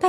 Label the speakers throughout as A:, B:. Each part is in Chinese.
A: 大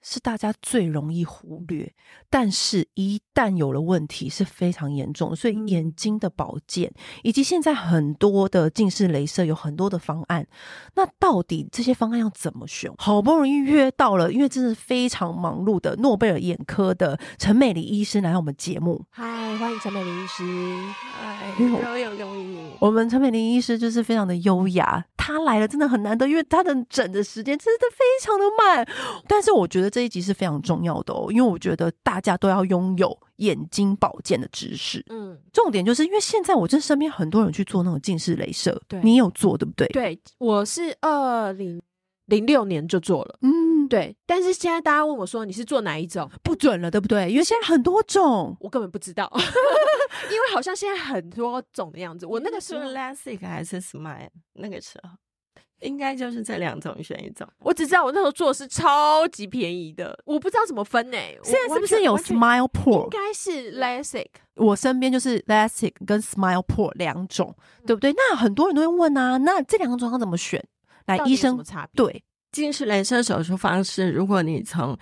A: 是大家最容易忽略，但是一旦有了问题是非常严重的，所以眼睛的保健以及现在很多的近视雷射有很多的方案，那到底这些方案要怎么选？好不容易约到了，因为真的非常忙碌的诺贝尔眼科的陈美丽医师来到我们节目，
B: 嗨，欢迎陈美玲医师。嗨
A: 哎呦
B: ，Royal 跟 w i n n i e
A: 我们陈美玲医师就是非常的优雅，她来了真的很难得，因为她的诊的时间真的非常的慢。但是我觉得这一集是非常重要的哦，因为我觉得大家都要拥有眼睛保健的知识。
B: 嗯，
A: 重点就是因为现在我这身边很多人去做那种近视雷射，
B: 对
A: 你有做对不对？，
B: 对，我是二零零六年就做了。
A: 嗯，对，
B: 对，但是现在大家问我说你是做哪一种，
A: 不准了，对不对？因为现在很多种，
B: 我根本不知 道，因为好像现在很多种的样子。我那个时候
C: 是 LASIK 还是 SMILE？那个时候应该就是这两种选一种。
B: 我只知道我那时候做的是超级便宜的，我不知道怎么分呢、我
A: 现在是不是
B: 完全
A: 有
B: 完全
A: Smile
B: 应
A: Pro？
B: 该是 LASIK，
A: 我身边就是 LASIK 跟 Smile Pro 两种，
B: 嗯
A: 对不对？那很多人都会问啊，那这两种要怎么选？来，
B: 到
A: 哎医
B: 底有什
A: 生
B: 么差别？
A: 对。
C: 近视雷射手术方式，如果你从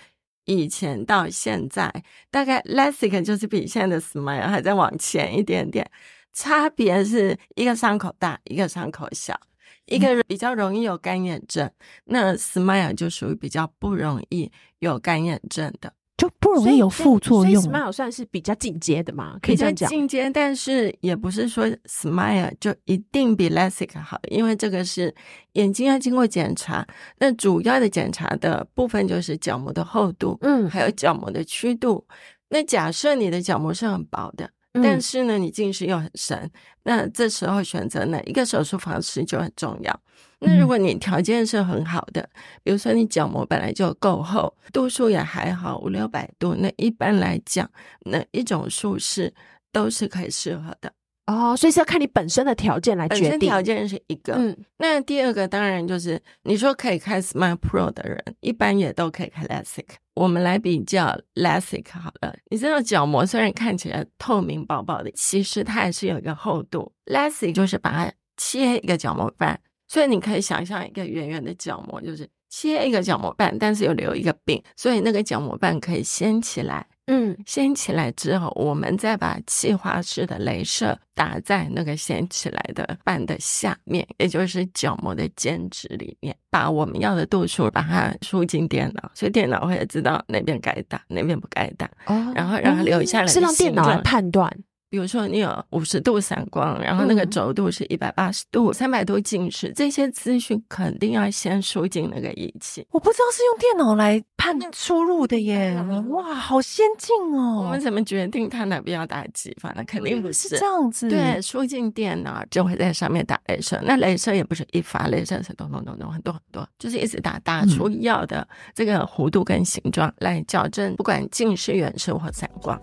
C: 以前到现在，大概 LASIK 就是比现在的 SMILE 还在往前一点点，差别是一个伤口大，一个伤口小。一个
B: 嗯
C: 比较容易有干眼症，那 SMILE 就属于比较不容易有干眼症的。
A: 就不容
B: 所以
A: 易有副作用
B: 所以。Smile 算是比较进阶的嘛，可以
C: 比
B: 这
C: 较
B: 样讲。
C: 进阶，但是也不是说 Smile 就一定比 LASIK 好，因为这个是眼睛要经过检查。那主要的检查的部分就是角膜的厚度，
B: 嗯
C: 还有角膜的曲度。那假设你的角膜是很薄的，
B: 嗯
C: 但
B: 但是
C: 是呢，你近视又很深，那这时候选择哪一个手术方式就很重要。那如果你条件是很好的，比如说你角膜本来就够厚，度数也还好，五六百度，那一般来讲，哪一种术式都是可以适合的。
B: 哦，所以是要看你本身的条件来
C: 本
B: 决
C: 身
B: 定
C: 条。件是一个，
B: 嗯，
C: 那第二个当然就是你说可以开 Smart Pro 的人，一般也都可以开 LASIK。我们来比较 LASIK 好了，你知道角膜虽然看起来透明薄薄的，其实它还是有一个厚度。LASIK 就是把它切一个角膜瓣，所以你可以想象一个圆圆的角膜，就是切一个角膜瓣，但是又留一个柄，所以那个角膜瓣可以掀起来。
B: 嗯，
C: 掀起来之后，我们再把气化式的镭射打在那个掀起来的瓣的下面，也就是角膜的间质里面，把我们要的度数把它输进电脑，所以电脑会知道哪边该打，哪边不该打，
B: 哦
C: 然后让它留下来的
B: 是让电脑来
C: 形状
B: 判断。
C: 比如说你有五十度散光，然后那个
B: 嗯
C: 轴度是一百八十度、三百度近视，这些资讯肯定要先输进那个仪器。
A: 我不知道是用电脑来判输入的耶
C: 那个，
A: 哇，好先进
C: 我
A: 哦
C: 们！怎么决定它哪边要打几发呢？肯定不
A: 是这样子，
C: 对，，输进电脑就会在上面打镭射，那镭射也不是一发，镭射是咚咚咚咚很多很多，就是一直打，打出要的这个弧度跟形状来矫正，不管近视、远视或散光。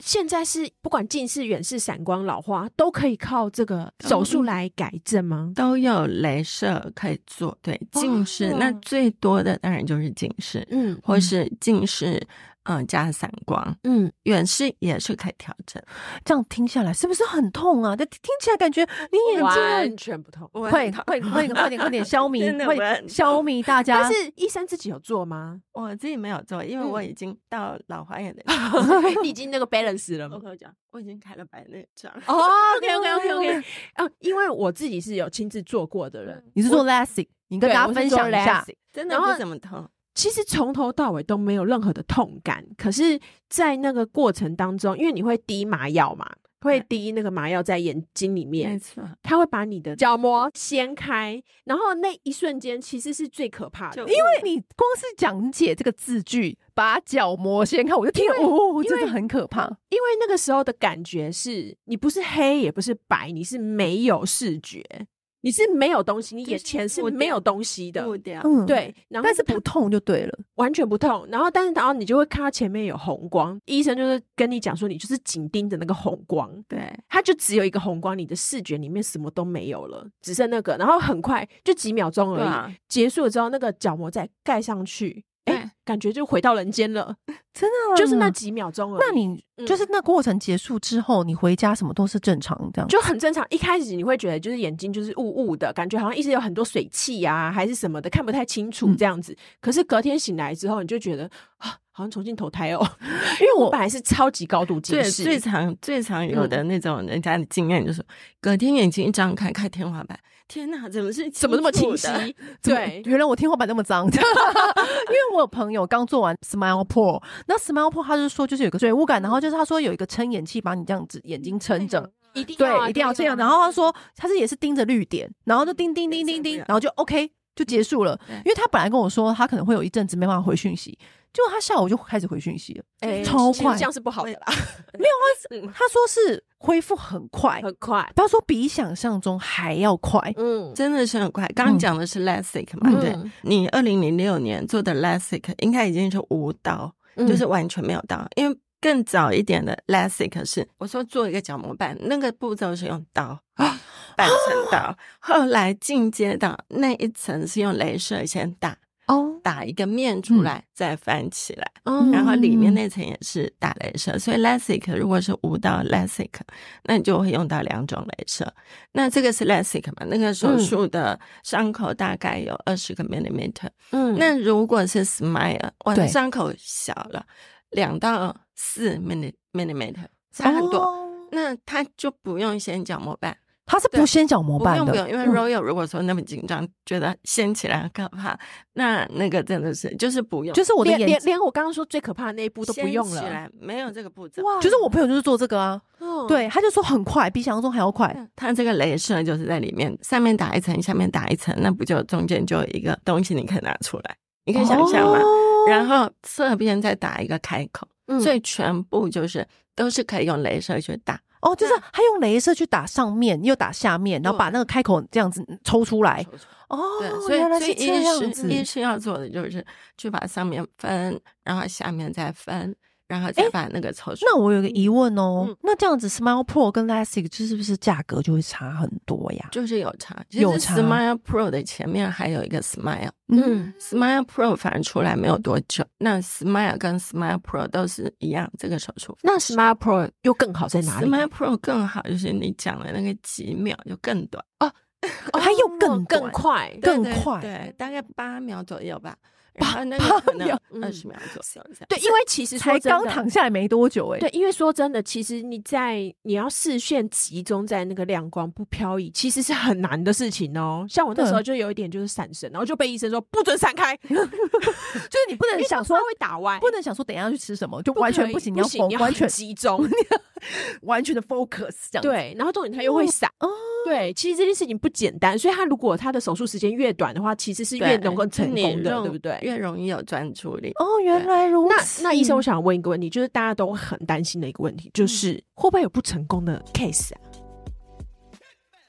B: 现在是不管近视、远视、散光、老花，都可以靠这个手术来改正吗？
C: 都有镭射可以做，对近视、那最多的当然就是近视，
B: 嗯
C: 或是近视，嗯、加散光，
B: 嗯，
C: 远视也是可以调整。
A: 这样听下来是不是很痛啊？这听起来感觉你眼睛很
B: 全不同。
A: 快快快点快点快点 消弭，
C: 真的
A: 快
C: 我很
A: 点消弭大家。
B: 但是医生自己有做吗？
C: 我自己没有做，因为我已经到老花眼的，
B: 你已经那个 balance 了
C: 我？跟我讲，我已经开了白内障。
B: 哦，OK OK OK OK，哦，因为我自己是有亲自做过的人，
A: 你是做 LASIK，你跟
B: 对
A: 大
B: 我
A: 家分
B: 是做
A: 享一下
B: LASIK
C: 啊真
B: 然
C: 的不
B: 后
C: 怎么痛。
B: 其实从头到尾都没有任何的痛感，可是，在那个过程当中，因为你会滴麻药嘛，会滴那个麻药在眼睛里面，
C: 错，
B: 它会把你的角膜掀开，然后那一瞬间其实是最可怕的，
C: 就
A: 因为你光是讲解这个字句，把角膜掀开，我就听了，哦，真的很可怕。
B: 因为那个时候的感觉是你不是黑也不是白，你是没有视觉，你是没有东西，你
C: 就是
B: 眼前是
C: 雾
B: 没有
C: 掉
B: 东西的，
C: 步调。
A: 嗯，。
B: 对，然后
A: 但是
B: 它
A: 不痛就对了，
B: 完全不痛，然后但是然后你就会看到前面有红光，医生就是跟你讲说你就是紧盯着那个红光，
C: 对，
B: 它就只有一个红光，你的视觉里面什么都没有了，只剩那个，然后很快就几秒钟而已，
C: 对啊
B: 结束了之后那个角膜再盖上去，哎、
C: 对对，
B: 感觉就回到人间了，
A: 真的
B: 就是嗯那
A: 啊
B: 几秒钟而已。
A: 那你
B: 嗯
A: 就是那过程结束之后，你回家什么都是正常这样。
B: 就很正常。一开始你会觉得就是眼睛就是雾雾的感觉，好像一直有很多水汽啊，还是什么的，看不太清楚
A: 嗯
B: 这样子。可是隔天醒来之后，你就觉得啊，好像重新投胎哦，
A: 因为
B: 我本来是超级高度近
C: 最
B: 视，
C: 最常最常
B: 嗯
C: 有的那种人家的经验就是，隔天眼睛一张开看天花板，天哪，怎么是
B: 怎么那么清
C: 楚的
B: 晰？对，
A: 原来我天花板那么脏， 因为我有朋友刚做完 Smile Pro，那 Smile Pro 他就说就是有一个水嗯雾感，然后就是他说有一个撑眼器把你这样子眼睛撑着，
B: 一定要啊
A: 对，一定要这样。然后他说他是也是盯着绿点，然后就叮叮叮叮叮，然后就 OK 就结束了
C: 对。
A: 因为他本来跟我说他可能会有一阵子没办法回讯息，结果他下午就开始回讯息了。
B: 哎
A: 超
B: 其实
A: 快
B: 这样是不好的啦，没 有啊，
A: 他说是恢复很快，
B: 很快，
A: 他说比想象中还要快。
B: 嗯，
C: 真的是很快。刚刚讲的是 LASIK 嘛，
A: 嗯
C: 对
B: 嗯
C: 你二零零六年做的 LASIK 应该已经是无刀，就是完全没有刀，因为。更早一点的 LASIK 是我说做一个角膜板，那个步骤是用 刀啊，板 成刀。后来进阶到那一层是用镭射先打
A: 哦，
C: 打一个面出来，再翻起来。
B: 嗯
C: 然后里面那层也是打镭射，所以 LASIK 如果是无到 LASIK，那你就会用到两种镭射。那这个是 LASIK 嘛？那个
A: 嗯
C: 手术的伤口大概有二十个 millimeter、
B: 嗯
C: 那如果是 SMILE，我的
A: 对
C: 伤口小了，两到四 milli millimeter，差很多。
A: 哦
C: 那它就不用先角膜瓣，
A: 他是不先角膜
C: 不
A: 瓣
C: 用
A: 的，
C: 不用，因为
A: 嗯
C: Royal 如果说那么紧张，觉得掀起来很可怕，那那个真的是就是不用，
A: 就是我的
B: 连
A: 眼
B: 连，连我刚刚说最可怕的那一步都不用
C: 掀起
B: 了，
C: 来没有这个步骤。
A: 就是我朋友就是做这个啊，
B: 嗯，
A: 对，他就说很快，比想象中还要快。
C: 嗯它这个镭射就是在里面，上面打一层，下面打一层，那不就中间就有一个东西你可以拿出来，你可以想象吗？
A: 哦
C: 然后侧边再打一个开口，
B: 嗯，
C: 所以全部就是都是可以用镭射去打
A: 哦，就是他用镭射去打上面，又打下面，然后把那个开口这样子抽出来。
C: 抽出来。
A: 哦
C: 对，，所以
A: 原来
C: 所以
A: 是这样
C: 医师医
A: 子。
C: 师要做的就是去把上面分，然后下面再分，然后再把那个抽出来。
A: 那我有个疑问哦，
C: 嗯
A: 那这样子 Smile Pro 跟 LASIK 就是不是价格就会差很多呀？
C: 就是有差，其实
A: 有差
C: Smile Pro 的前面还有一个 Smile。
B: 嗯
C: Smile Pro 反正出来没有多久，那 Smile 跟 Smile Pro 都是一样这个手术。
B: 那 Smart Pro 又更好在哪里？
C: Smile Pro 更好，就是你讲的那个几秒就更短，
A: 哦它又更
B: 更
A: 短
B: 快，
A: 更
C: 对对
A: 快
C: 对，大概八秒左右吧。然后那个可能二十秒左右这样。
B: 对，因为其实
A: 才
B: 说真
A: 刚
B: 的
A: 躺下来没多久哎、
B: 对，因为说真的，其实你在你要视线集中在那个亮光不漂移，其实是很难的事情哦。像我那时候就有一点就是闪神，然后就被医生说不准闪 开，
A: 就是你不能想说
B: 因为会打歪，
A: 欸不能想说等一下去吃什么，就完
B: 可
A: 全
B: 以
A: 不行，
B: 不
A: 你要
B: 行，
A: 疯
B: 你要
A: 完
B: 很
A: 全
B: 集中。
A: 完全的 focus 这样子。
B: 对，然后重点他又会闪。
A: 哦
B: 对，其实这件事情不简单，所以他如果他的手术时间越短的话，其实是
C: 对
B: 越能够成
C: 就你
B: 功的，
C: 用
B: 对不对？
C: 越容易有专注力。
A: 哦，原来如
B: 那
A: 此。
B: 那医生，我想问一个问题，就是大家都很担心的一个问题，就是会不会有不成功的 case 啊？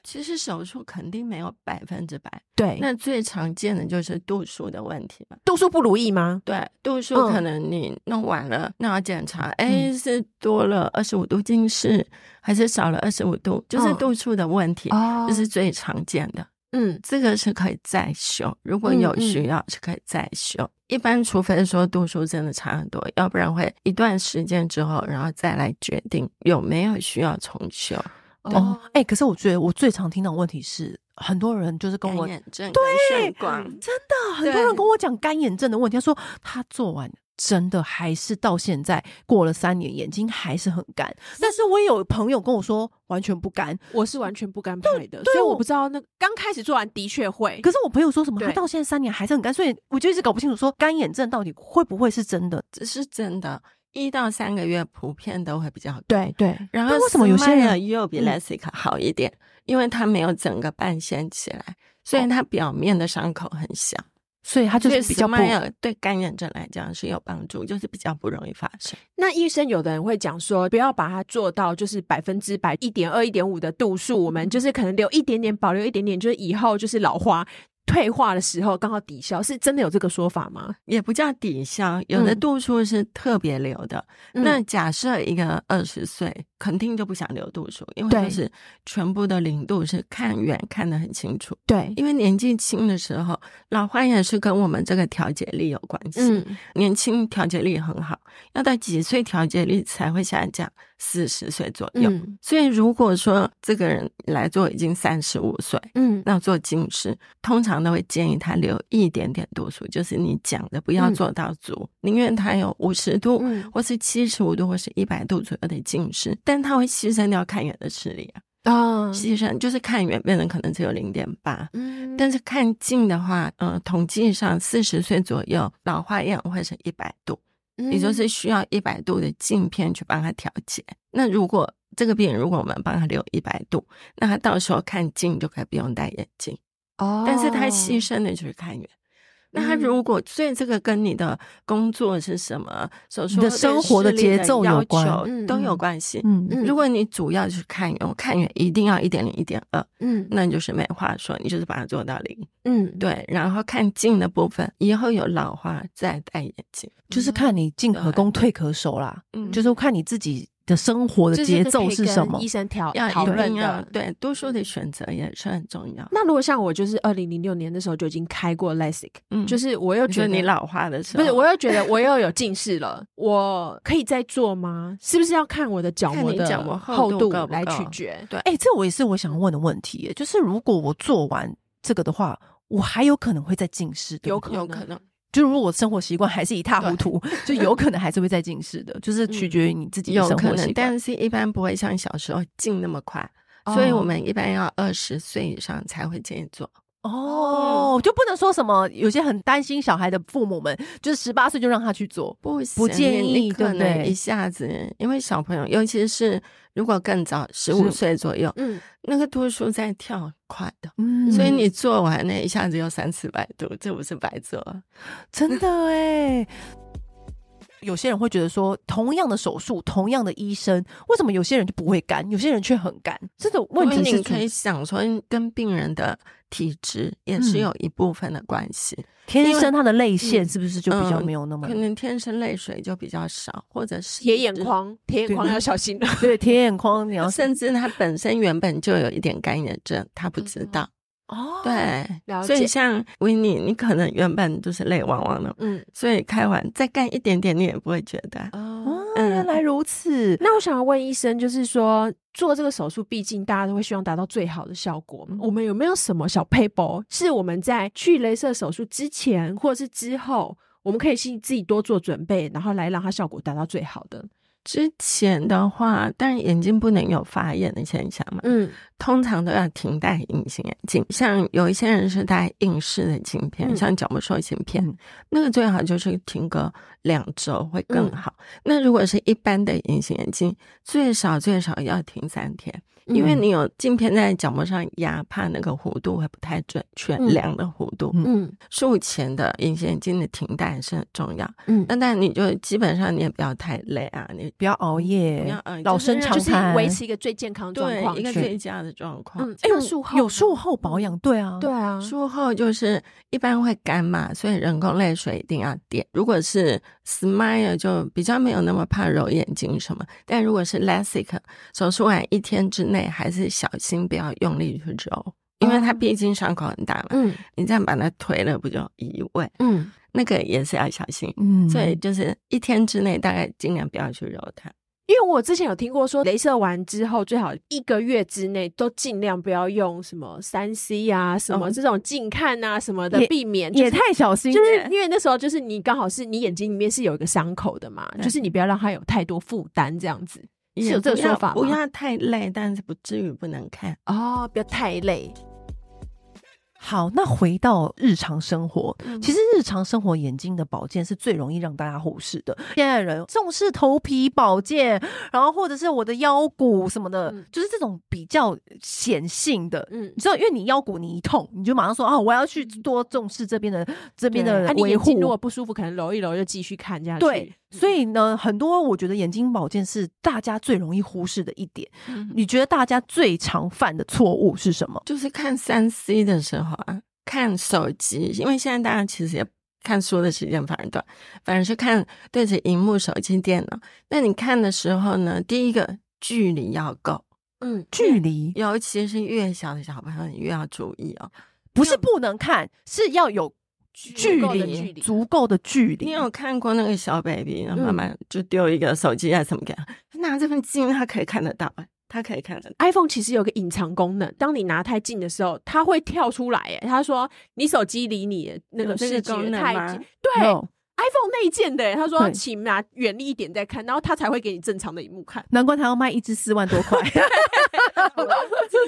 C: 其实手术肯定没有百分之百，
B: 对那
C: 那最常见的就是度数的问题嘛。
B: 度数不如意吗？
C: 对，度数
B: 嗯
C: 可能你弄完了，那要检查，哎、是多了二十五度近视，还是少了二十五度，就是
B: 嗯
C: 度数的问题，
B: 哦
C: 这是最常见的。
B: 嗯
C: 这个是可以再修，如果
B: 嗯
C: 有
B: 嗯
C: 需要是可以再修。一般除非说度数真的差很多，要不然会一段时间之后，然后再来决定有没有需要重修。
A: 哦，哎、可是我觉得我最常听到的问题是，很多人就是跟我
C: 干眼症对眩光，
A: 真的很多人跟我讲干眼症的问题，他说他做完真的还是到现在过了三年，眼睛还是很干。但是我也有朋友跟我说完全不干，
B: 我是完全不干派的，
A: 对
B: 所以我
A: 我
B: 不知道那刚开始做完的确会，
A: 可是我朋友说什么
B: 对
A: 他到现在三年还是很干，所以我就一直搞不清楚说干眼症到底会不会是真的。
C: 这是真的。一到三个月普遍都会比较多。
B: 对对，
C: 然后
A: 那为什么有些
C: Smile
A: 人
C: 又比
A: 嗯
C: LASIK 好一点？因为它没有整个半掀起来，所以它表面的伤口很小，
A: 所以他哦就是
C: 所
A: 比
C: 以
A: 较不
C: Smile 对干眼症来讲是有帮助，就是比较不容易发生。
B: 那医生有的人会讲说，不要把它做到就是百分之百一点二、一点五的度数，我们就是可能留一点点，保留一点点，就是以后就是老花退化的时候刚好抵消，是真的有这个说法吗？
C: 也不叫抵消，有的
B: 嗯
C: 度数是特别流的。那
B: 嗯
C: 假设一个二十岁肯定就不想留度数，因为
B: 对
C: 就是全部的零度是看远看得很清楚。
B: 对，
C: 因为年纪轻的时候，老花眼是跟我们这个调节力有关系。
B: 嗯，
C: 年轻调节力很好，要到几岁调节力才会下降？四十岁左右。
B: 嗯
C: 所以如果说这个人来做已经三十五岁，
B: 嗯，
C: 那做近视，通常都会建议他留一点点度数，就是你讲的不要
B: 嗯
C: 做到足，宁愿他有五十度。
B: 嗯
C: 或是七十五度或是一百度左右的近视，但他会牺牲掉看远的视力啊，
B: 啊，
C: 牺牲就是看远变成可能只有零点八，
B: 嗯，
C: 但是看近的话，呃，统计上四十岁左右老花眼会是一百度，也
A: 嗯
C: 就是需要一百度的镜片去帮他调节。那如果这个病人如果我们帮他留一百度，那他到时候看近就可以不用戴眼镜，
B: 哦，
C: 但是他牺牲的就是看远。那他
A: 嗯
C: 如果所以这个跟你的工作是什么，手术
A: 你的
C: 对
A: 生活的
C: 视力
A: 节奏有
C: 要
A: 关
C: 求
B: 嗯
C: 都有
B: 嗯
C: 关系。
A: 嗯
B: 嗯
C: 如果你主要就是看远，我看远一定要一点零、一点二，
B: 嗯
C: 那你就是没话说，你就是把它做到零。
B: 嗯，
C: 对，然后看近的部分，以后有老花再戴眼镜，
A: 就是看你进可攻退可守啦，
C: 嗯
A: 就是看你自己的生活的
B: 这
A: 节
B: 个
A: 奏
B: 可以
A: 是
B: 跟
A: 什么
B: 医。生调
C: 要
B: 讨
C: 一
B: 论
C: 定要
B: 的。
C: 对多数的选择也是很重要。
B: 那如果像我，就是二零零六年的时候就已经开过 LASIK，
C: 嗯
B: 就是我又
C: 我
B: 觉
C: 觉
B: 得
C: 得你老花的时
B: 不
C: 候，
B: 是，我又觉得我又有近视了，我可以再做吗？是不是要看我的角
C: 看
B: 膜
C: 你
B: 的
C: 角膜厚
B: 厚
C: 度
B: 度
C: 够不
B: 来
C: 够
B: 取决？
A: 哎、这我也是我想问的问题耶，就是如果我做完这个的话，我还有可能会再近视，对不对
B: 有可
C: 有
B: 能
C: 可能。
A: 就如果我生活习惯还是一塌糊涂，就有可能还是会再近视的，就是取决于你自己的
C: 有
A: 生
C: 可
A: 活
C: 能
A: 习，惯。
C: 但嗯是一般不会像小时候近那么快，所以我们一般要二十岁以上才会建议做。
A: 哦，就不能说什么，有些很担心小孩的父母们，就是十八岁就让他去做。
C: 不
A: 不
C: 行
A: 建
C: 你
A: 议对
C: 可
A: 不
C: 能
A: 对
C: 一下子，因为小朋友，尤其是如果更早，十五
A: 是
C: 岁左右，
B: 嗯，
C: 那个度数在跳快的，
A: 嗯
C: 所以你做完那一下子又三四百度，这不是白做啊。
A: 真的哎。有些人会觉得说，同样的手术，同样的医生，为什么有些人就不会干，有些人却很干？这个问题
C: 因为
A: 是
C: 你可以想说，跟病人的体质也是
A: 嗯
C: 有一部分的关系，
A: 天
C: 因为
A: 生他的泪腺是不是就比较
C: 嗯
A: 没有那么
C: 可能天生泪水就比较少，或者是
B: 铁 眼眶，铁眼眶要小心 了。
A: 对贴眼眶？你要
C: 甚至他本身原本就有一点干眼症，他不知道。
A: 哦，
C: 对
B: 了，
C: 所
B: 解
C: 以像维尼，你可能原本就是泪汪汪的，
B: 嗯
C: 所以开完再干一点点，你也不会觉得啊。
A: 哦
B: 哦，，
C: 嗯
A: 原来如此。
B: 那我想要问医生，就是说做这个手术，毕竟大家都会希望达到最好的效果嘛。我们有没有什么小 paper 是我们在去镭射手术之前或者是之后，我们可以去自己多做准备，然后来让它效果达到最好的？
C: 之前的话，当然眼睛不能有发炎的现象嘛，
B: 嗯
C: 通常都要停戴隐形眼镜。像有一些人是戴硬式的镜片，
B: 嗯
C: 像角膜塑形片，
A: 嗯
C: 那个最好就是停个两周会更好。
B: 嗯
C: 那如果是一般的隐形眼镜，最少最少要停三天。
B: 嗯
C: 因为你有镜片在角膜上压，怕那个弧度会不太准确，
B: 嗯
C: 量的弧度。
A: 嗯
B: 嗯
C: 术前的隐形眼镜的停戴是很重要，
B: 嗯
C: 那但你就基本上你也不要太累啊，你
A: 不要嗯熬夜，
C: 不要熬夜
A: 老
C: 就是
A: 生常
B: 就是
A: 谈。
B: 维持一个最健康的状
C: 对
B: 况
C: 一个
B: 去。
C: 最佳的状况。
B: 嗯，
A: 哎
B: 哎，
A: 呦
B: 那术后
A: 有术
B: 呢
A: 后保养，对啊，
B: 对，啊，
C: 术后就是一般会干嘛，所以人工泪水一定要点。如果是 Smile 就比较没有那么怕揉眼睛什么，但如果是 LASIK 手术完一天之内，还是小心不要用力去揉，因为它
B: 哦
C: 毕竟伤口很大嘛。
B: 嗯
C: 你这样把它推了，不就移位？
B: 嗯
C: 那个也是要小心。
A: 嗯，
C: 所以就是一天之内，大概尽量不要去揉它。
B: 因为我之前有听过说，镭射完之后最好一个月之内都尽量不要用什么三 C 啊、什么
C: 嗯
B: 这种近看啊、什么的
A: 也，
B: 避免
A: 也
B: 就是
A: 太小心了，
B: 就是因为那时候就是你刚好是你眼睛里面是有一个伤口的嘛，
C: 对
B: 就是你不要让它有太多负担这样子是有
C: 也
B: 这个
C: 不要
B: 说法吗
C: 不要太累，但是不至于不能看。
B: 哦，不要太累。
A: 好，那回到日常生活，
C: 嗯
A: 其实日常生活眼睛的保健是最容易让大家忽视的。现在人重视头皮保健，然后或者是我的腰骨什么的，
B: 嗯
A: 就是这种比较显性的。
B: 嗯
A: 你，知道，因为你腰骨你一痛，你就马上说啊，我要去多重视这边的这边
C: 对
A: 的
B: 那啊你
A: 维
B: 眼睛
A: 护。
B: 如果不舒服，可能揉一揉就继续看下去。嗯
A: 对，所以呢，很多我觉得眼睛保健是大家最容易忽视的一点。
C: 嗯
A: 你觉得大家最常犯的错误是什么？
C: 就是看三 C 的时候啊，看手机，因为现在大家其实也看书的时间反而短，反而是看对着荧幕、手机、电脑。那你看的时候呢，第一个距离要够，
B: 嗯，
A: 距离
C: 尤其是越小的小朋友，你越要注意哦。
A: 不是不能看，是要有距
B: 够的
A: 离，
B: 距离
A: 足够的距离。
C: 你有看过那个小 baby，然后
B: 嗯
C: 妈妈就丢一个手机还是什么给他，他拿这份镜他可以看得到，哎，他可以看得到。
B: iPhone 其实有个隐藏功能，当你拿太近的时候，它会跳出来。哎，他说你手机离你那
C: 有
B: 个
C: 这个
B: 视觉
C: 功能
B: 太
C: 吗
B: 近， 对
A: 有
B: ，iPhone 内建的耶。欸他说
A: 对
B: 请拿远离一点再看，然后它才会给你正常的一幕看。
C: 嗯
A: 难怪他要卖一只四万多块。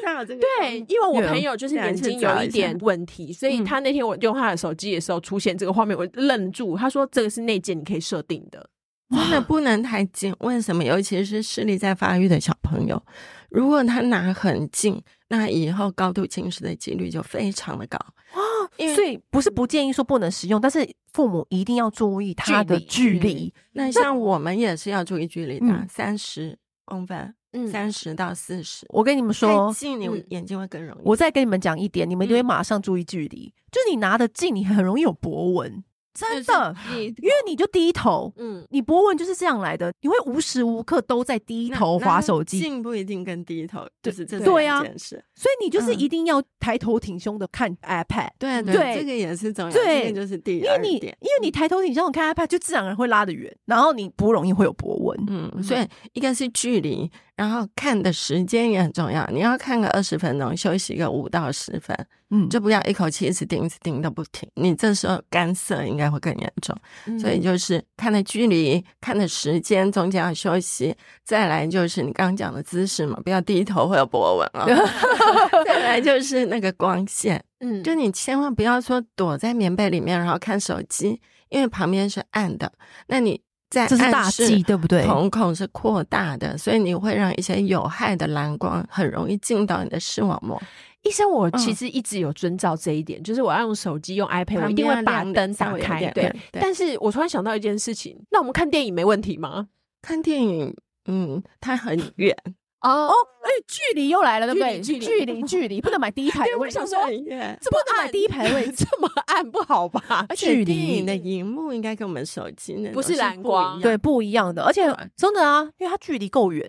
C: 知道这个
B: 对，因为我
A: 对啊
B: 朋友就是
C: 对啊
B: 眼
C: 去
B: 睛
C: 找
B: 有
C: 一
B: 一
C: 下
B: 点问题，所以
A: 嗯
B: 他那天我用他的手机的时候出现这个画面，我愣住。他说这个是内建，你可以设定的。
C: 真
A: 啊
C: 的不能太近。为什么？尤其是视力在发育的小朋友，如果他拿很近，那以后高度近视的几率就非常的高。因为
A: 所以不是不建议说不能使用，但是父母一定要注意它的距
C: 距离嗯
A: 离。
C: 那像我们也是要注意距离的
A: 嗯，
C: 三十、公分，
B: 嗯
C: 三十到四十。
A: 我跟你们
C: 太
A: 说，
C: 近，
B: 嗯
C: 你眼睛会更容易。
A: 我再跟你们讲一点，你们
C: 嗯
A: 一定会马上注意距离。就是你拿得近，你很容易有博纹，真的，
C: 就是你
A: 因为你就低头，
B: 嗯，
A: 你博纹就是这样来的，你会无时无刻都在低
C: 那
A: 头
C: 那
A: 划手机，
C: 近不一定跟低头，就是这
A: 对啊
C: 两件事。
A: 所以你就是
C: 嗯
A: 一定要抬头挺胸的看 iPad。
C: 对
A: 对
C: 嗯这个也是重要，
A: 对
C: 这个就是第
A: 因为
C: 二
A: 你因
C: 点。
A: 为你抬头挺胸，你看 iPad 就自然而然会拉得远，然后你不容易会有博纹。
C: 嗯，所以一个是距离，然后看的时间也很重要。你要看个二十分钟，休息个五到十分，
A: 嗯，
C: 就不要一口气一直盯、一直盯都不停。你这时候干涩应该会更严重。
A: 嗯
C: 所以就是看的距离、看的时间，中间要休息。再来就是你刚刚讲的姿势嘛，不要低头会有博纹 啊、再来就是那个光线，
B: 嗯，
C: 就你千万不要说躲在棉被里面然后看手机，因为旁边是暗的，那你在
A: 这是大
C: 暗室
A: 忌，对不对？
C: 瞳孔是扩大的，所以你会让一些有害的蓝光很容易进到你的视网膜。
B: 医生，我其
C: 嗯
B: 实一直有遵照这一点，就是我要用手机、用 iPad，我
C: 旁
B: 一定
C: 边
B: 会
C: 要
B: 把
C: 亮
B: 灯
C: 稍
B: 打
C: 微有
B: 开。
C: 亮
B: 对
C: 对，对
B: 但是我突然想到一件事情，那我们看电影没问题吗？
C: 看电影，嗯，它很 远，
B: 哦，
A: 哎，距离又来了，对不对？
B: 距离
A: 距
B: 距离
A: 离， 距离，不能买第一排
B: 对
A: 的
B: 我
A: 位置。
B: 想说
C: 很远。
B: 这么暗，第一排位 这么暗不好吧？
C: 而
A: 距
C: 且电
A: 离
C: 影的荧幕应该跟我们手机那种
B: 不是
C: 是
B: 蓝
C: 不
B: 光
C: 一样
A: 对，不一样的，而且
C: 对嗯
A: 真的啊，因为它距离够远，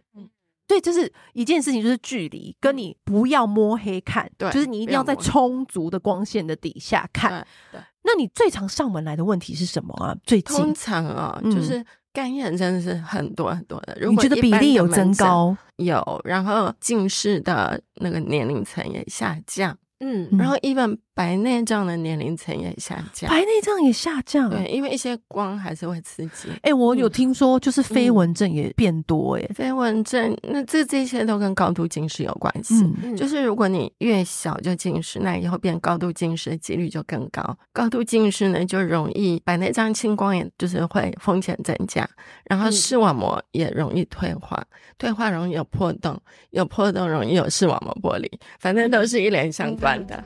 A: 所以这是一件事情，就是距离，跟你不要摸黑看，
C: 对
A: 就是你一定要在
C: 不要摸黑
A: 充足的光线的底下看。
C: 对对
A: 那你最常上门来的问题是什么啊？最
C: 通
A: 近
C: 常哦，
A: 嗯
C: 就是干眼真的是很多很多的。如
A: 你
C: 果
A: 觉得
C: 一
A: 比
C: 般
A: 例
C: 的
A: 有
C: 门
A: 增
C: 诊？
A: 高？
C: 有，然后近视的那个年龄层也下降，
B: 嗯
A: 嗯
C: 然后 even 白内障的年龄层也下降。
A: 白内障也下降。
C: 对，嗯因为一些光还是会刺激。
A: 哎、我有听说，就是
C: 嗯
A: 飞蚊症也变多、哎、
C: 飞蚊症，那这这些都跟高度近视有关系。
A: 嗯，
B: 嗯
C: 就是如果你越小就近视，那以后变高度近视的几率就更高。高度近视呢，就容易白内障、青光眼，就是会风险增加，然后
B: 嗯
C: 视网膜也容易退化，退化容易有破洞，有破洞容易有视网膜剥离，反正
B: 嗯
C: 都是一连相关的。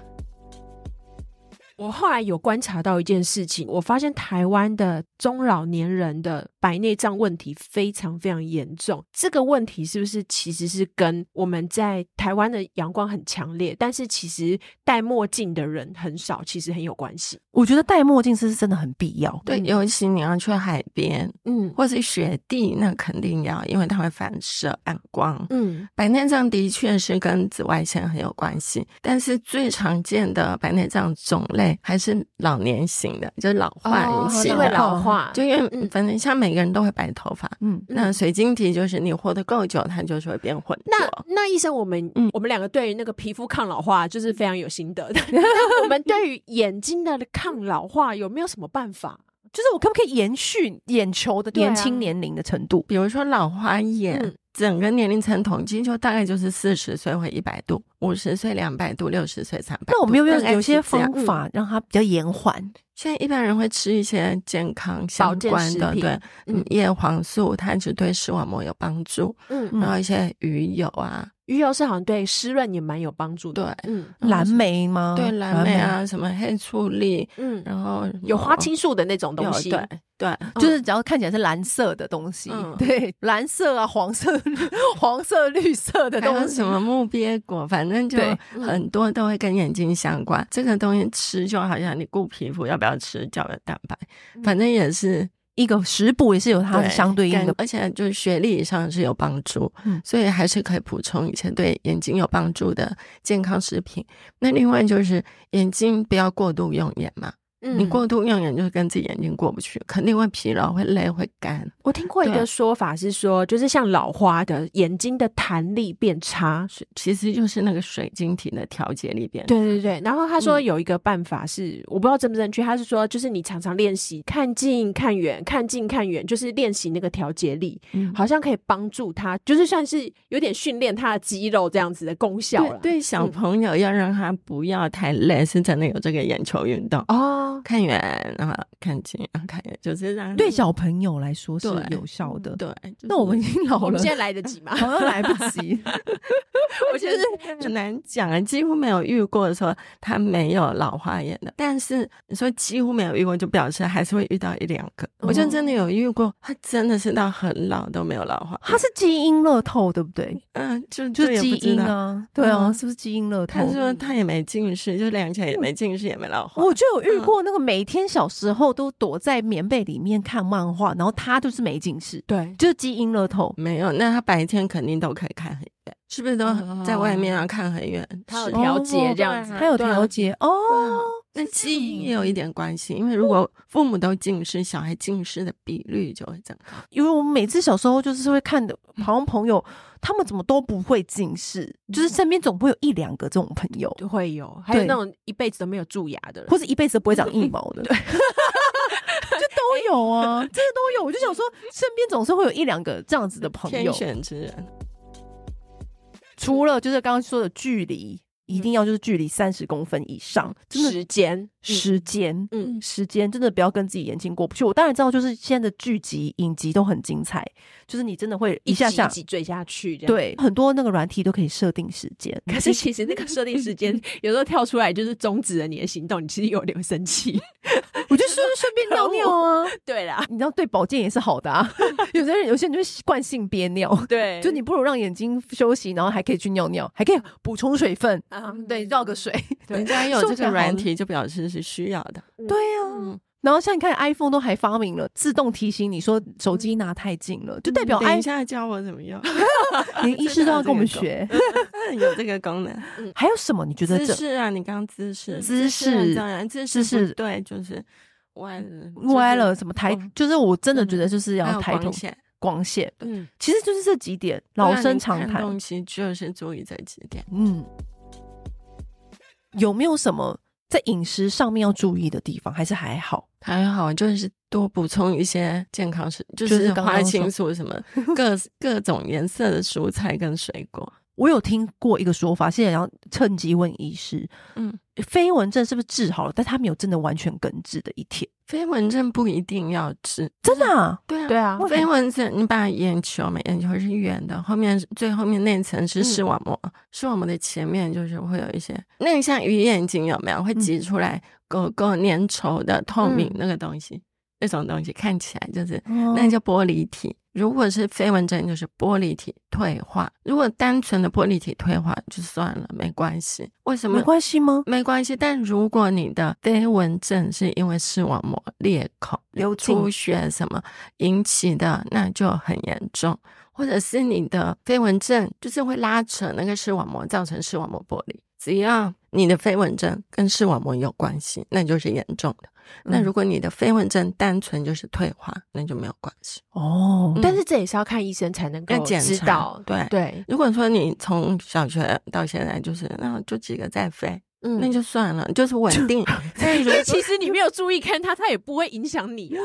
B: 我后来有观察到一件事情，我发现台湾的中老年人的白内障问题非常非常严重。这个问题是不是其实是跟我们在台湾的阳光很强烈，但是其实戴墨镜的人很少，其实很有关系？
A: 我觉得戴墨镜是真的很必要。
C: 对，尤其你要去海边
B: 嗯
C: 或是雪地，那肯定要，因为它会反射暗光。
B: 嗯
C: 白内障的确是跟紫外线很有关系，但是最常见的白内障种类还是老年型的，就是老化引起
B: 哦因
A: 因
B: 为
A: 为
C: 的。
B: 老嗯
A: 老
B: 化，
C: 就因为反正像每个人都会白头发，
A: 嗯，
C: 那水晶体就是你活得够久，它就是会变混
B: 那
C: 浊。
B: 那医生，我们、
C: 嗯
B: 我们两个对于那个皮肤抗老化就是非常有心 得的。我们对于眼睛的抗老化有没有什么办法？
A: 就是我可不可以延续眼球的
B: 对啊
A: 年轻年龄的程度？
C: 比如说老花眼，
B: 嗯
C: 整个年龄层统计就大概就是四十岁会一百度，五十岁两百度，六十岁三百。
A: 那我们有没有
C: 大概是
A: 有些
C: 这样
A: 方
C: 嗯
A: 法让它比较延缓？
C: 现在一般人会吃一些健康相关
B: 保健
C: 的
B: 食，品
C: 对，
B: 嗯
C: 嗯，叶黄素它是对视网膜有帮助，
B: 嗯，
A: 嗯
C: 然后一些鱼油啊，
B: 鱼油是好像对湿润也蛮有帮助
C: 对
B: 的。，嗯
C: 然后
A: 蓝莓吗？
C: 对蓝莓啊，什么黑醋栗，
B: 嗯，
C: 然后什么
B: 有花青素的那种东西。
C: 有对对，
A: 莓，就是只要看起来是蓝色的东西，
C: 嗯
A: 对，蓝色啊、黄色、 黄色、绿色的
C: 还有
A: 东西
C: 什。么木鳖果，反正就
A: 对
C: 很多都会跟眼睛相关。这个东西吃就好像你顾皮肤要不要吃胶原蛋白，反正也是
A: 一个食补也是有它的相对应
C: 感
A: 的，
C: 而且就是学历上是有帮助，
A: 嗯
C: 所以还是可以补充一些对眼睛有帮助的健康食品。那另外就是眼睛不要过度用眼嘛，你
B: 嗯
C: 过度用眼就是跟自己眼睛过不去，肯定会疲劳、会累、会干。
B: 我听过一
C: 对
B: 个说法是说，就是像老花的眼睛的弹力变差。
C: 是，其实就是那个水晶体的调节里边。
B: 对
A: 嗯
B: 对对，然后他说有一个办法是，我不知道正不正确，他是说就是你常常练习看近看远，看近看远，就是练习那个调节力，
C: 嗯，
B: 好像可以帮助他，就是算是有点训练他的肌肉这样子的功效了
C: 对。对，
A: 嗯
C: 小朋友要让他不要太累，是真的有这个眼球运动。
B: 哦，
C: 看远，然后看近，然后看远，就是让他
A: 对小朋友来说是
C: 对
A: 有效的。
C: 嗯对。就是
A: 那我们已经老
B: 我
A: 了哦
B: 们，现在来得及吗？
A: 好像来不 及。
B: 我觉
C: 就
B: 得
C: 是 很难讲啊，几乎没有遇过说他没有老花眼的，但是你说几乎没有遇过，就表示还是会遇到一两个。我就
A: 哦
C: 真的有遇过，他真的是到很老都没有老花，
A: 它是基因乐透，对不对？
C: 嗯，就
A: 就
C: 这
A: 是
C: 也
A: 基
C: 不知
A: 因
C: 道。
A: 啊，对啊，
C: 嗯
A: 是不是基因乐透
C: 他？说他也没近视，就两
A: 哦
C: 眼也没近视，也没老花。
A: 我就有遇过那个每天小时候都躲在棉被里面看漫画，然后他就是没近视，
B: 对，
A: 就是基因乐透。
C: 没有，那他白天肯定都可以看很远，是不是都在外面啊看很远？
B: 他有
C: 是
B: 调
A: 哦
B: 节这样子，
A: 他有
B: 对啊
A: 调节哦，
C: 那基因也有一点关系，因为如果父母都近视，小孩近视的比率就会增高。
A: 因为我们每次小时候就是会看的，好像朋友他们怎么都不会近视，就是身边总会有一两个这种朋友，
B: 就会有，还有
A: 对
B: 那种一辈子都没有蛀牙的人，
A: 或者一辈子不会长一毛的，对，就都有啊，真的都有。我就想说，身边总是会有一两个这样子的朋
C: 天
A: 友，
C: 选之人。
A: 除了就是刚刚说的距离，一定要就是距离三十公分以上，真的
B: 时间
A: 时间。
B: 嗯，
A: 时间真的不要跟自己眼睛过不去。我当然知道，就是现在的剧集、影集都很精彩，就是你真的会一下
B: 集
A: 下
B: 一集坠下去，这样。
A: 对很多那个软体都可以设定时间，
B: 可是其实那个设定 时间有时候跳出来就是终止了你的行动，你其实有点生气。
A: 我就顺顺便尿尿啊，
B: 对 啦，
A: 你知道对保健也是好的啊。有些人有些人就是惯性憋尿，
B: 对
A: 就你不如让眼睛休息，然后还可以去尿尿，还可以补充水分，
B: 啊
A: 对，绕个水。
B: 对
C: 人家有
A: 瘦
C: 这
A: 起来
C: 个
A: 好
C: 软
A: 了
C: 体，就表示是需要的。
A: 对啊，
C: 嗯，
A: 然后像你看 iPhone 都还发明了自动提醒你说手机拿太近了，就代表
C: 嗯等
A: i
C: 一下教我怎 么用，
A: 连医师都要跟我们学。
C: 有这个功能。
A: 还有什么？你觉得
C: 姿
A: 这
C: 势啊，你刚刚姿势，
A: 姿
C: 很
A: 势
C: 重要，姿
A: 姿
C: 势
A: 势
C: 不对就是歪了，
A: 歪了什么抬
C: 嗯？
A: 就是我真的觉得就是
C: 还
A: 要
C: 有
A: 抬头
C: 光线。
A: 光线，
B: 嗯，
A: 其实就是这几点，老生常
C: 对啊你
A: 谈。
C: 看东西就是注意这几点。
A: 嗯，有没有什么在饮食上面要注意的地方？还是还好？
C: 还好，就是多补充一些健康食，就
A: 就是
C: 是
A: 刚
C: 花
A: 刚
C: 青
A: 说
C: 素什么各各种颜色的蔬菜跟水果。
A: 我有听过一个说法，现在要趁机问医师，
C: 嗯，
A: 飞蚊症是不是治好了？但他没有真的完全根治的一天，
C: 飞蚊症不一定要吃，
A: 真的、啊？
C: 对啊，
B: 对啊，
C: 飞蚊症，你把眼球嘛，眼球是圆的，后面最后面那层是视网膜，视网膜的前面就是会有一些，那你像鱼眼睛有没有会挤出来狗狗粘稠的透明那个东西，那种东西看起来就是
A: 哦
C: 那叫玻璃体。如果是飞蚊症，就是玻璃体退化；如果单纯的玻璃体退化就算了，没关系。为什
A: 没
C: 么？
A: 关系吗？
C: 没关系，但如果你的飞蚊症是因为视网膜裂孔、
A: 流进
C: 出血什么引起的，那就很严重；或者是你的飞蚊症就是会拉扯那个视网膜，造成视网膜剥离。只要你的飞蚊症跟视网膜有关系，那就是严重的。那
A: 嗯
C: 如果你的飞蚊症单纯就是退化，那就没有关系。
A: 哦，
C: 嗯
B: 但是这也是要看医生才能够
C: 要检
B: 知
C: 查
B: 道。
C: 对
B: 对，
C: 如果说你从小学到现在就是，那就几个在飞，
B: 嗯
C: 那就算了，就是稳定。但如
B: 因
C: 果
B: 为其实你没有注意看它，它也不会影响你啊。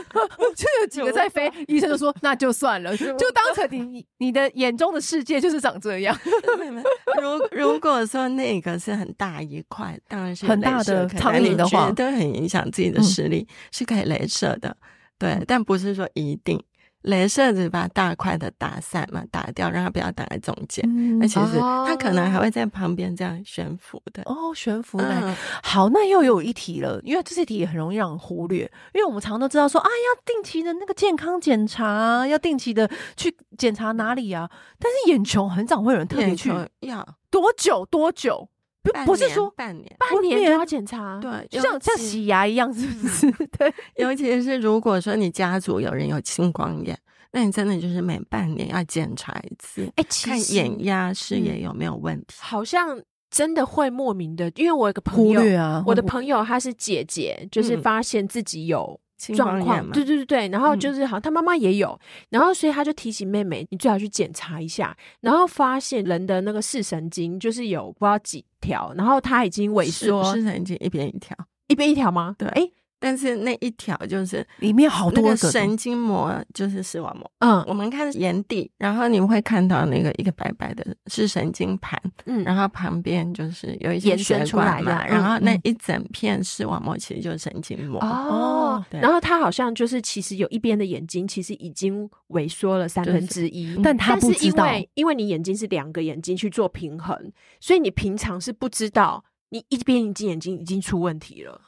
A: 就有 几个在飞，医生就说那就算了，就当成你你的眼中的世界就是长这样，
C: 没没 如如果说那个是很大一块，当然是
A: 很大
C: 镭射
A: 的
C: 可以
A: 苍
C: 但
A: 蝇
C: 你
A: 的
C: 觉
A: 话嗯
C: 得很影响自己的视力，是可以镭射的。对，但不是说一定，镭射只把大块的打散嘛，打掉，让它不要打在中间。那
A: 嗯
C: 其实它可能还
B: 哦
C: 会在旁边这样悬浮的。
A: 哦，悬浮来
C: 嗯，
A: 好，那又有一题了，因为这些题也很容易让人忽略，因为我们常常都知道说啊，要定期的那个健康检查啊，要定期的去检查哪里啊，但是眼球很少会有人特别
C: 眼
A: 去
C: 球要
A: 多久多久，不
C: 半
A: 不是
C: 年
A: 说
C: 半年，
B: 半年就
A: 面
B: 要检查，
C: 对，
A: 就
C: 尤
A: 像像
C: 其
A: 洗牙一样，是不是？ 对，
C: 尤其是如果说你家族有人有青光眼，那你真的就是每半年要检查一次，
A: 哎，其
C: 看
A: 实
C: 眼压、视
A: 嗯
C: 野有没有问题。
B: 好像真的会莫名的，因为我有个朋
A: 忽
B: 友，
A: 略啊，
B: 我的
A: 会
B: 朋友她是姐姐，就是
C: 嗯
B: 发现自己有
C: 青
B: 状
C: 光眼
B: 况，
C: 嘛
B: 对，对对对，然后
C: 嗯
B: 就是好像她妈妈也有，然后所以她就提醒妹妹，你最好去检查一下，然后发现人的那个视神经就是有不知道几条，然后她已经萎
C: 视
B: 缩，
C: 视神经一边一条，
B: 一边一条吗？
C: 对
B: 哎，
C: 但是那一条就是
A: 不会里面好
C: 那
A: 多
C: 个
A: 个
C: 神经膜就是视网膜。
B: 嗯
C: 我们看眼底，然后你会看到那个一个白白的视神经盘，
B: 嗯，
C: 然后旁边就是有一些
B: 延伸
C: 血
B: 出来
C: 管
B: 的
C: 嘛，
B: 嗯
C: 然后那
A: 嗯
C: 一整片视网膜其实就是神经膜。
B: 哦
A: 哦，
C: 对
B: 然后他好像就是其实有一边的眼睛其实已经萎缩了三分之一，
A: 但他不
B: 是因
A: 知道
B: 为因为你眼睛是两个眼睛去做平衡，所以你平常是不知道你一边一只眼睛已经出问题了。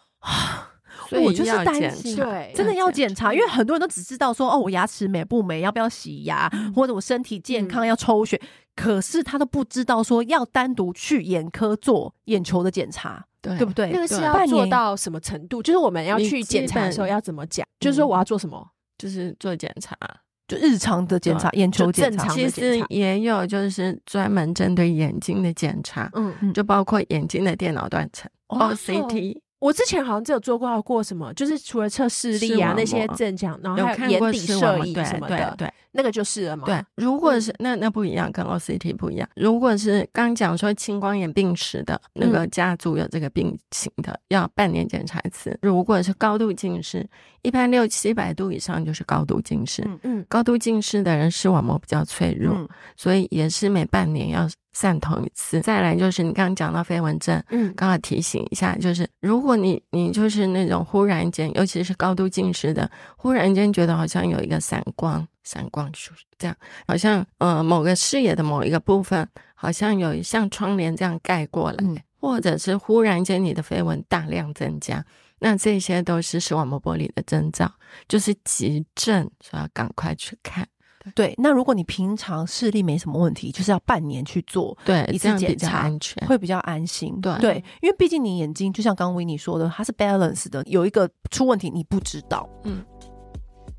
C: 所以
A: 我就是
C: 要
A: 担
C: 检
A: 心啊
C: 查
B: 对
A: 真的要
C: 检
A: 检查，因
B: 嗯
A: 为很多人都只知道说哦，我牙齿美不美，要不要洗牙，
B: 嗯
A: 或者我身体健康要抽血，可是他都不知道说要单独去眼科做眼球的检查，
C: 对
A: 对不对？
B: 那个是
C: 对
B: 要
A: 半
B: 做
A: 年
B: 到什么程度？就是我们要
C: 你
B: 去
C: 基
B: 检查的时候
C: 本
B: 要怎么讲？就是说我要做什么？
C: 就是做检查。
A: 就日常的检查，眼球检
B: 正常
A: 查
B: 的
C: 其
B: 检
C: 实
B: 查
C: 也有就是专门针对眼睛的检查，
B: 嗯。
A: 嗯
C: 就包括眼睛的电脑断层
A: 哦
C: （OCT）。
B: 我之前好像只有做过过什么，就是除了测视
C: 视
B: 力啊
C: 网
B: 那些
C: 膜
B: 正讲，然后
C: 有
B: 还
C: 看
B: 眼
C: 过
B: 底
C: 视网
B: 摄
C: 膜
B: 影
C: 对
B: 什么
C: 对
B: 的，嗯
C: 对
B: 那个就是了嘛。
C: 对，如果是那那不一样，跟 OCT 不一样。如果是刚讲说青光眼病史的那
B: 嗯
C: 个家族有这个病情的，要半年检查一次。如果是高度近视，一般六七百度以上就是高度近视。
A: 嗯
B: 嗯
C: 高度近视的人视网膜比较脆弱，
A: 嗯
C: 所以也是每半年要散瞳一次。再来就是你刚刚讲到飞蚊症，
B: 嗯
C: 刚好提醒一下，就是如果你你就是那种忽然间，尤其是高度近视的，忽然间觉得好像有一个散光，散光出这样，好像呃某个视野的某一个部分，好像有一像窗帘这样盖过来，
A: 嗯
C: 或者是忽然间你的飞蚊大量增加，那这些都是视网膜剥离的征兆，就是急症，所以要赶快去看。
A: 对。那如果你平常视力没什么问题，就是要半年去做，
C: 对
A: 一，次
C: 这样比
A: 检
C: 较
A: 查
C: 安全。
A: 会比较安心。
C: 对
A: 因为毕竟你眼睛就像刚刚维尼说的，它是 balance 的，有一个出问题你不知道。
C: 嗯
A: 嗯。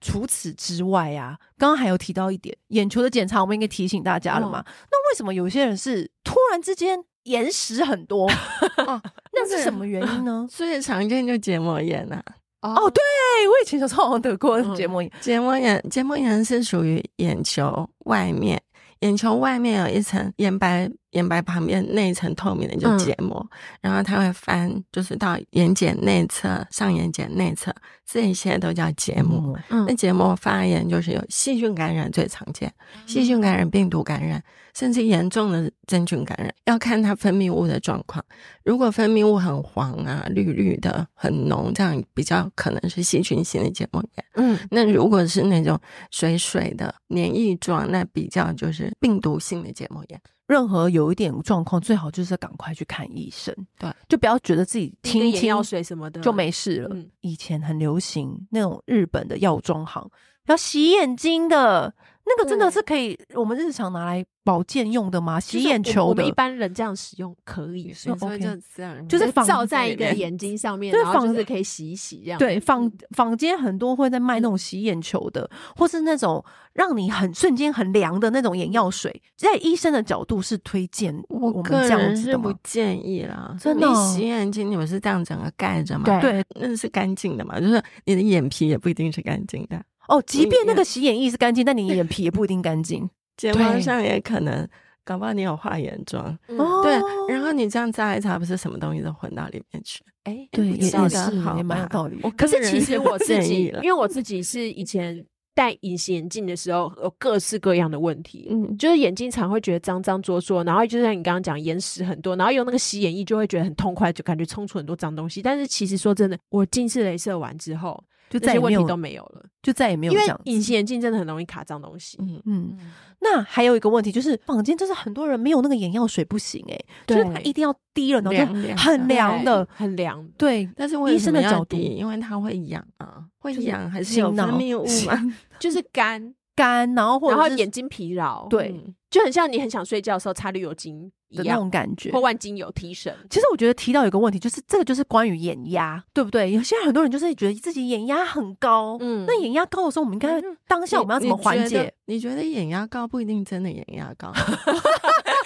A: 除此之外啊，刚刚还有提到一点，眼球的检查，我们应该提醒大家了嘛？那为什么有些人是突然之间眼屎很多？啊
C: 哦，
A: 那是什么原因 呢？
C: 最常见就结膜炎啊。
A: 哦，对，我以前小时候好像得过
B: 嗯
A: 结膜炎，
C: 结膜炎，结膜炎是属于眼球外面，眼球外面有一层眼白，眼白旁边那一层透明的就
B: 嗯
C: 结膜，然后它会翻，就是到眼睑内侧、上眼睑内侧，这些都叫结膜。
A: 嗯
B: 嗯
C: 那结膜发炎就是有细菌感染最常见，细菌感染、病毒感染，甚至严重的真菌感染，要看它分泌物的状况。如果分泌物很黄啊、绿绿的、很浓，这样比较可能是细菌性的结膜炎。
B: 嗯，
C: 那如果是那种水水的黏液状，那比较就是病毒性的结膜炎。
A: 任何有一点状况，最好就是赶快去看医生。
C: 对，
A: 就不要觉得自己
B: 听
A: 听一
B: 眼
A: 听
B: 药水什么的
A: 就没事了。
B: 嗯
A: 以前很流行那种日本的药妆行要洗眼睛的，那个真的
B: 对
A: 是可以我们日常拿来保健用的吗？
B: 就
A: 洗
B: 是
A: 眼
B: 我们
A: 球
B: 我们
A: 的
B: 一，般人这样使用可以，
A: 是哦
C: 所以
A: OK
C: 就自然
A: 就是仿
B: 照在一
C: 里
B: 个
C: 面
B: 眼睛上面，
A: 就是
B: 然后就
A: 仿
B: 是可以洗一洗这样。
A: 对坊
B: 嗯
A: 坊间很多会在卖那种洗眼球的，或是那种让你很瞬间很凉的那种眼药水，在医生的角度是推荐
C: 我
A: 们
C: 个
A: 这样
C: 人
A: 子
C: 是
A: 的
C: 不
A: 吗？
C: 建议啦，
A: 真的
C: 你
A: 哦
C: 洗眼睛，你们是这样整个盖着嘛？
B: 对
A: 对
C: 那是干净的嘛？就是你的眼皮也不一定是干净的，
A: 哦，即便那
C: 你
A: 个洗眼液是干净，但你眼皮也不一定干净
C: 睫毛上也可能，搞不好你有化眼妆。
B: 嗯
A: 哦。
C: 对，然后你这样擦一擦，不是什么东西都混到里面去。
B: 哎，
A: 对
B: 不
A: 也
B: 知道
A: 也
B: 的
A: 是
C: 好
A: 也蛮有
C: 吧
A: 道理。
C: 我
B: 可
C: 个
B: 是
C: 人
B: 其实我
C: 不
B: 自
C: 建
B: 己
C: 议，了
B: 因为我自己是以前戴隐形眼镜的时候有各式各样的问题，
C: 嗯，
B: 就是眼睛常会觉得脏脏灼灼，然后就像你刚刚讲眼屎很多，然后用那个洗眼液就会觉得很痛快，就感觉冲出很多脏东西。但是其实说真的，我近视镭射完之后，
A: 就
B: 这
A: 再
B: 些
A: 也
B: 问
A: 没
B: 题
A: 有
B: 都没有了，
A: 就再也没有
B: 因
A: 这
B: 为
A: 样子。
B: 隐形眼镜真的很容易卡脏东西。
C: 嗯，
A: 嗯，那还有一个问题就是，坊间就是很多人没有那个眼药水不行哎、就是它
B: 对
A: 一定要滴了，然后
C: 凉
A: 就
C: 凉
A: 很
C: 的
A: 凉的
B: 对，很凉。
A: 对，
C: 但是为
A: 医
C: 什
A: 生
C: 么
A: 的
C: 要
A: 角
C: 滴
A: 度
C: 因为它会痒啊，会
A: 就是
C: 痒还是有
A: 心
C: 分
A: 挠
C: 泌物 嘛？
B: 就是干，
A: 干，然后或
B: 然后
A: 者是
B: 眼睛疲劳，
A: 对
C: 嗯
B: 就很像你很想睡觉的时候擦绿油精，
A: 的那种感觉
B: 或。万金油提神。
A: 其实我觉得提到一个问题，就是这个就是关于眼压，对不对？有些很多人就是觉得自己眼压很高，
B: 嗯
A: 那眼压高的时候，我们应该
C: 嗯
A: 当下我们要怎么缓解？
C: 你觉得？你觉得眼压高不一定真的眼压 高，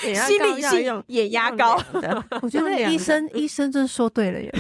C: 眼压高
B: 心理
C: 要
B: 性
C: 用
B: 眼压
C: 用
B: 高，
C: 量的
A: 我觉
C: 用
A: 得
C: 量
A: 医
C: 的
A: 生医生真说对了耶。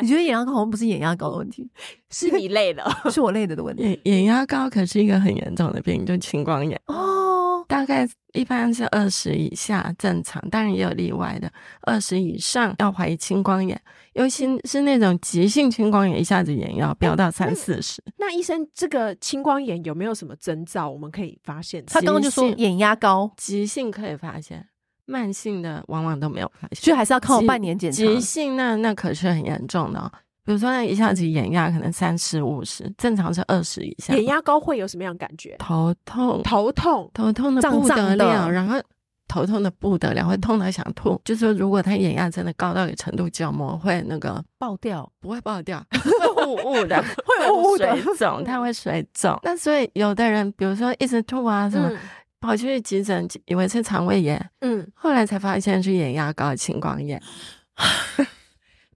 A: 你觉得眼压高好像不是眼压高的问题，
B: 是你累了，
A: 是我累了的问 题
C: 眼眼压高可是一个很严重的病，就青光眼，
A: 哦。
C: 大概一般是二十以下正常，当然也有例外的，二十以上要怀疑青光眼，尤其是那种急性青光眼，一下子眼压飙到
A: 嗯
C: 三四十，
B: 那医生，这个青光眼有没有什么征兆我们可以发现？
A: 他刚刚就说
C: 急性
A: 眼压高，
C: 急性可以发现，慢性的往往都没有发现，
A: 所以还是要看我
C: 急
A: 半年检查。
C: 急性那那可是很严重的、哦。比如说，那一下子眼压可能三十五十，正常是二十以下。
B: 眼压高会有什么样的感觉？
C: 头痛，
B: 头痛，
C: 头痛的
A: 胀
C: 不得
A: 胀的
C: 了，然后头痛的不得了，会痛到想吐。就是说如果他眼压真的高到一个程度，角膜会那个
A: 爆掉，
C: 不会 爆掉， 会雾雾的，会
A: 雾雾的
C: 水肿，它会水 肿。那所以有的人，比如说一直吐啊什么，
B: 嗯
C: 跑去急诊以为是肠胃炎，
B: 嗯，
C: 后来才发现是眼压高、青光眼。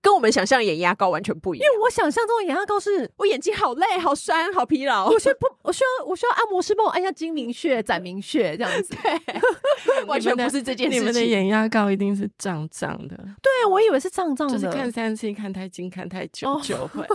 B: 跟我们想象眼压高完全不一
A: 因
B: 样。
A: 为我想象中的眼压高是
B: 我眼睛好累、好酸、好疲 劳，
A: 我需要不，我需要我需要按摩师帮我按一下睛明穴、攒明穴这样子。
B: 完全不是这件事
C: 你
B: 情。
C: 们的眼压高一定是胀胀的，
A: 对，啊我以为是胀胀的，
C: 就是看三 C 看太近、看太久
A: 哦
C: 就 会。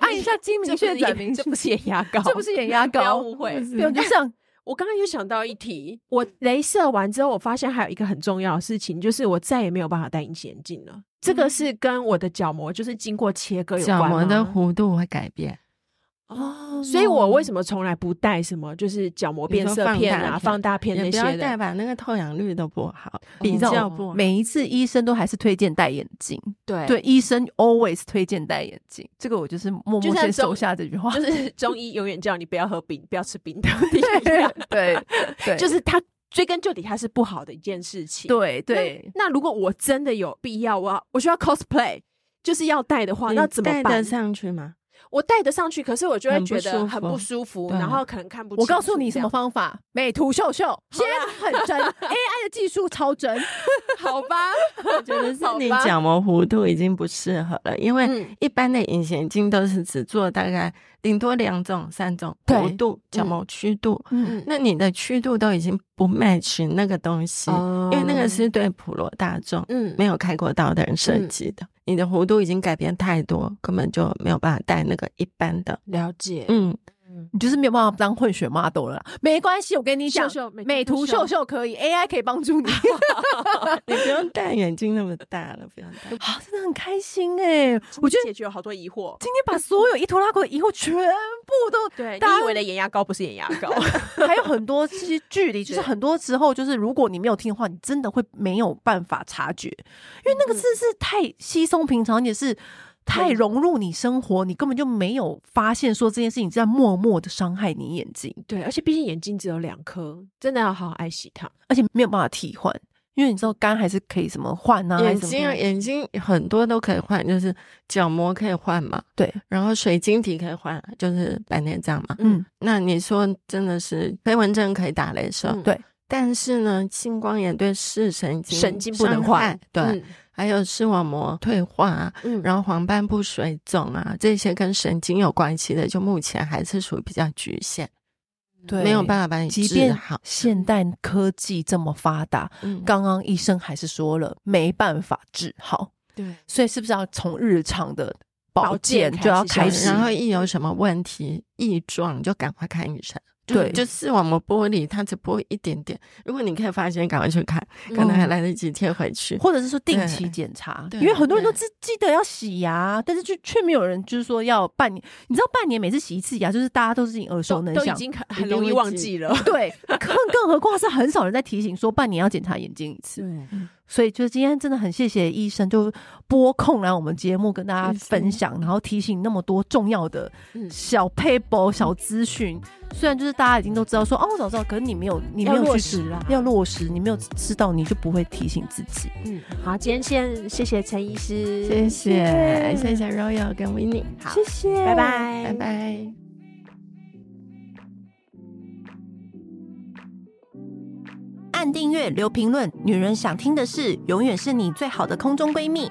A: 按一下睛明穴、攒明
B: 这
A: 穴，
B: 不是眼压高，
A: 这不是眼压
B: 不要
A: 高，
B: 误会。
A: 不啊要就这样。
B: 我刚刚又想到一题，我镭射完之后，我发现还有一个很重要的事情，就是我再也没有办法戴隐形眼镜了。这个是跟我的角膜就是经过切割有关
C: 角
B: 吗
C: 膜的弧度会改变，
B: 哦，所以我为什么从来不戴什么就是角膜变色片啊、
C: 你说
B: 放
C: 放
B: 大片
C: 也
B: 那
C: 不要
B: 些
C: 戴
B: 的？
C: 吧，那个透氧率都不好，
A: 你
C: 比
A: 知道
C: 较不好。
A: 每一次医生都还是推荐戴眼镜，
B: 对
A: 对，，医生 always 推荐戴眼镜。这个我就是默
B: 就
A: 默
B: 像
A: 先
B: 中
A: 收下这句话。
B: 就是中医永远叫你不要喝冰、不要吃 冰的一
A: 对啊
B: 样，
A: 对对，
B: 就是它追根究底，它是不好的一件事情。
A: 对对。
B: 那，那如果我真的有必要，我要我需要 cosplay，就是要戴的话，
C: 你
B: 那怎么
C: 戴得
B: 办？
C: 上去吗？
B: 我戴得上去，可是我就会
C: 很
B: 觉
C: 不
B: 得
C: 舒
B: 很
C: 服
B: 不舒服，
C: 对
B: 然后可能看不清楚。
A: 我告诉你什么方法，美图秀秀，现在很 真，AI 的技术超真。
B: 这样？好吧，我觉得
C: 是你角膜弧度已经不适合了，因为
B: 嗯
C: 一般的隐形眼镜都是只做大概顶多两种、三种
A: 对
C: 弧度、角膜曲度。
A: 嗯，
C: 那你的曲度都已经不 match 那个东西，
B: 哦
C: 因为那个是对普罗大众
B: 嗯
C: 没有开过刀的人设计的。你的弧度已经改变太多，根本就没有办法戴那个一般的。
B: 了解，
C: 嗯，
A: 你就是没有办法当混血 model 了啦。没关系，我跟你讲，
B: 秀秀美
A: 美
B: 图
A: 图
B: 秀
A: 秀秀可以，AI 可以帮 助你。
C: 你不用戴眼镜那么大了，不用戴。
A: 啊，真的很开心哎、 我觉得
B: 解决有好多疑惑。
A: 今天把所有伊图拉口的疑惑全部都，
B: 对，你
A: 大家
B: 以为的眼压高不是眼压高，
A: 还有很多其实距 离，就是很多时候就是如果你没有听的话，你真的会没有办法察觉，因为那个
B: 嗯
A: 真的是太稀松平常，也是。太融入你生活，你根本就没有发现说这件事情在默默的伤害你眼睛，
B: 对，而且毕竟眼睛只有两颗，真的要好好爱惜它。
A: 而且没有办法替换，因为你知道肝还是可以什么换啊，还
C: 眼
A: 是什
C: 睛
A: 么
C: 啊，眼睛很多都可以换，就是角膜可以换嘛，
A: 对，
C: 然后水晶体可以换，就是白内障嘛。
A: 嗯，
C: 那你说真的是飞蚊症可以打雷射，
B: 嗯
A: 对
C: 但是呢，青光眼对视神经
B: 神经不能
C: 伤害嗯
B: 换，
C: 对，还有视网膜退化啊，
B: 嗯
C: 然后黄斑部水肿啊，这些跟神经有关系的，就目前还是属于比较局限，
A: 对，
C: 没有办法把你
A: 即
C: 治
A: 便
C: 好。
A: 现代科技这么发达，
C: 嗯，
A: 刚刚医生还是说了没办法治好，
C: 对。
A: 所以是不是要从日常的
B: 保
A: 保
B: 健
A: 健就要
B: 开
A: 开始？
B: 始
C: 然后一有什么问题、异状，就赶快看医生。就
A: 对
C: 就视网膜剥离，它只剥一点点。如果你可以发现，赶快去看，
B: 嗯
C: 可能还来得及贴回去。
A: 或者是说定期检查，
C: 对
A: 因为很多人都
C: 对
A: 记记得要洗牙，但是却却没有人就是说要半年。你知道半年每次洗一次牙，就是大家都是已经耳熟
B: 都
A: 能
B: 都已
A: 详，
B: 经很
C: 一
B: 很
C: 定
B: 容易
C: 会
B: 忘
C: 记
B: 记了。
A: 对，更更何况是很少人在提醒说半年要检查眼睛一次。
B: 对，
A: 所以就今天真的很谢谢医生，就拨空来我们节目跟大家
C: 谢谢
A: 分享，然后提醒那么多重要的
B: 嗯
A: 小 paper、小资讯。虽然就是大家已经都知道说哦，我早知道，可是你没有，你
B: 要
A: 没有
B: 落
A: 去
B: 实啊啦
A: 要落实，你没有知道，你就不会提醒自己。
B: 嗯，好，今天先谢谢陈医师，
C: 谢谢，谢谢 Royal 跟 Winnie，好，
A: 谢谢，
B: 拜拜，
C: 拜拜。
A: 按订阅、留评论，女人想听的事，永远是你最好的空中闺蜜。